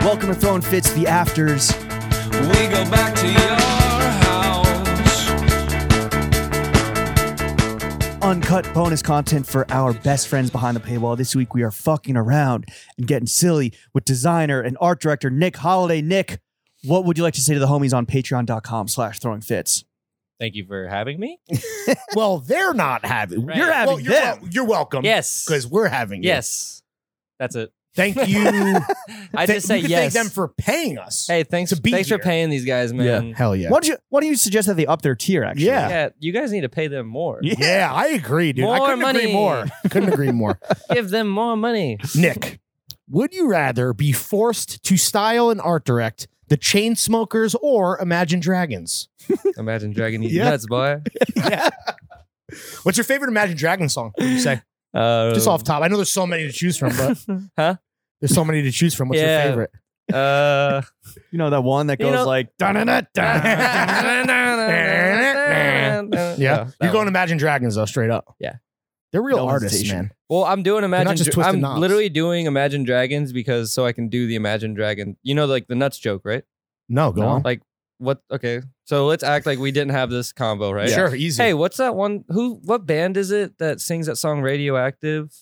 Welcome to Throwing Fits the Afters. We go back to your house. Uncut bonus content for our best friends behind the paywall. This week we are fucking around and getting silly with designer and art director Nick Holiday. Nick, what would you like to say to the homies on patreon.com slash throwing fits? Thank you for having me. Well, they're not having. Right. You're having well, you're, them. wel- you're welcome. Yes. because we're having. you. Yes. That's it. Thank you. I Th- just say you can yes. Thank them for paying us. hey, thanks, to be thanks here. for paying these guys, man. Hell yeah. Why, don't you, why don't you suggest that they up their tier, actually? Yeah. Yeah, you guys need to pay them more. Yeah, I agree, dude. I More couldn't money. agree more. couldn't agree more. Give them more money. Nick, would you rather be forced to style and art direct the Chainsmokers or Imagine Dragons? Imagine dragging you Yeah. nuts, boy. What's your favorite Imagine Dragons song? Would you say Uh, just off top. I know there's so many to choose from, but Huh? There's so many to choose from. What's Yeah. your favorite? Uh, You know that one that You goes know- like, Yeah, yeah, you're going to Imagine Dragons though, straight up. Yeah. they're real No artists, hesitation. man. Well, I'm doing Imagine. just Dra- twisting I'm knobs. literally doing Imagine Dragons because so I can do the Imagine Dragon. You know, like the nuts joke, right? No, go No. on. Like what? Okay, so let's act like we didn't have this combo, right? Sure, easy. Hey, what's that one? Who? What band is it that sings that song "Radioactive"?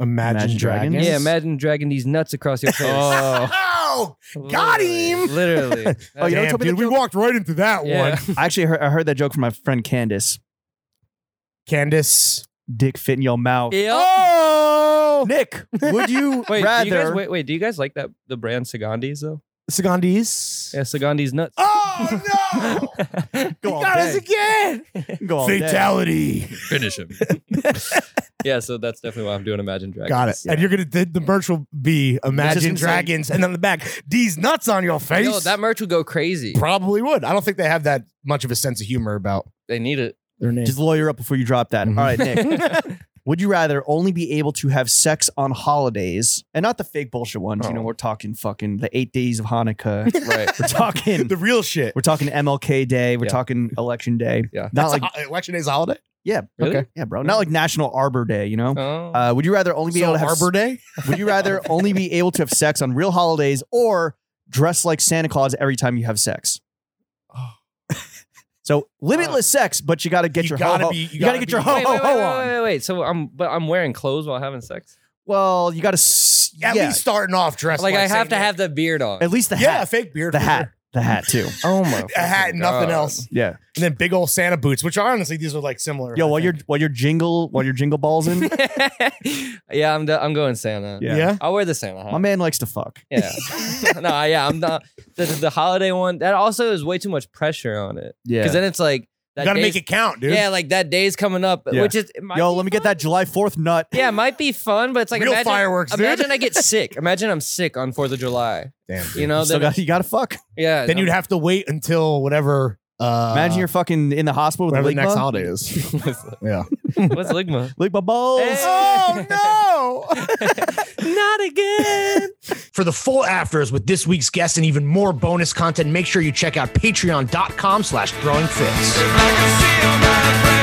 Imagine, Imagine Dragons? Dragons. Yeah, imagine dragging these nuts across your face. Oh, got Literally, him. Literally. Oh, you know, Damn, tell me the dude, we walked right into that yeah. one. I actually heard, I heard that joke from my friend Candace. Candace. Dick fit in your mouth. Yep. Oh, Nick, would you Wait, do you guys, rather? wait, wait, do you guys like that the brand Sagandis though? Sagandis. Yeah, Sagandis nuts. Oh Go no! all he got us day. again. Go all day. Fatality. Finish him. yeah, so that's definitely why I'm doing Imagine Dragons. Got it. And you're gonna the, the merch will be This Imagine is insane. Dragons, and on the back, these nuts on your face. Yo, that merch would go crazy. probably would. I don't think they have that much of a sense of humor about They need it. their name. Just lawyer up before you drop that. Mhm. All right, Nick. would you rather only be able to have sex on holidays and not the fake bullshit ones? You know, Oh. we're talking fucking the eight days of Hanukkah. Right. we're talking. the real shit. We're talking MLK Day. We're Yeah. talking Election Day. Yeah. Not It's a like ho- election day's a holiday. Really? Okay. yeah, bro. Not like National Arbor Day. You know. Oh. Uh, would you rather only be So able to have Arbor Day. Would you rather only be able to have sex on real holidays or dress like Santa Claus every time you have sex? So limitless sex, but you got to get Uh, You your gotta ho-ho. be- you you got to gotta get be- your ho wait, ho wait, wait, ho wait, on. wait, wait. So I'm but I'm wearing clothes while having sex. Well, you got to At yeah. least starting off dressed like like, I have Saint to Nick. have the beard on. at least the yeah, a hat, fake beard, the for hat, sure. the hat too. Oh my. a hat, and nothing God. else, Yeah. and then big old Santa boots, which are honestly these are like similar. Yo, I while think. you're while you're jingle while you're jingle balls in, yeah, I'm do- I'm going Santa. Yeah. yeah. I'll wear the Santa hat. my man likes to fuck. Yeah. no, yeah, I'm not the, the holiday one. That also is way too much pressure on it. Yeah. Because then it's like that You gotta day's- make it count, dude. Yeah, like that day's coming up, Yeah. which is it might Yo, be let me get fun. that July Fourth nut. Yeah, it might be fun, but it's like Real imagine, fireworks, dude. Imagine I get sick. Imagine I'm sick on Fourth of July. Damn, dude. You know, You still then, got you got to fuck. yeah. then you'd have to wait until whatever. Uh, Imagine you're fucking in the hospital with whatever the ligma, next holiday is. yeah. what's ligma? ligma balls. Hey. Oh no. Not again. For the full afters with this week's guest and even more bonus content, make sure you check out patreon.com slash throwing fits. If I could see my friend.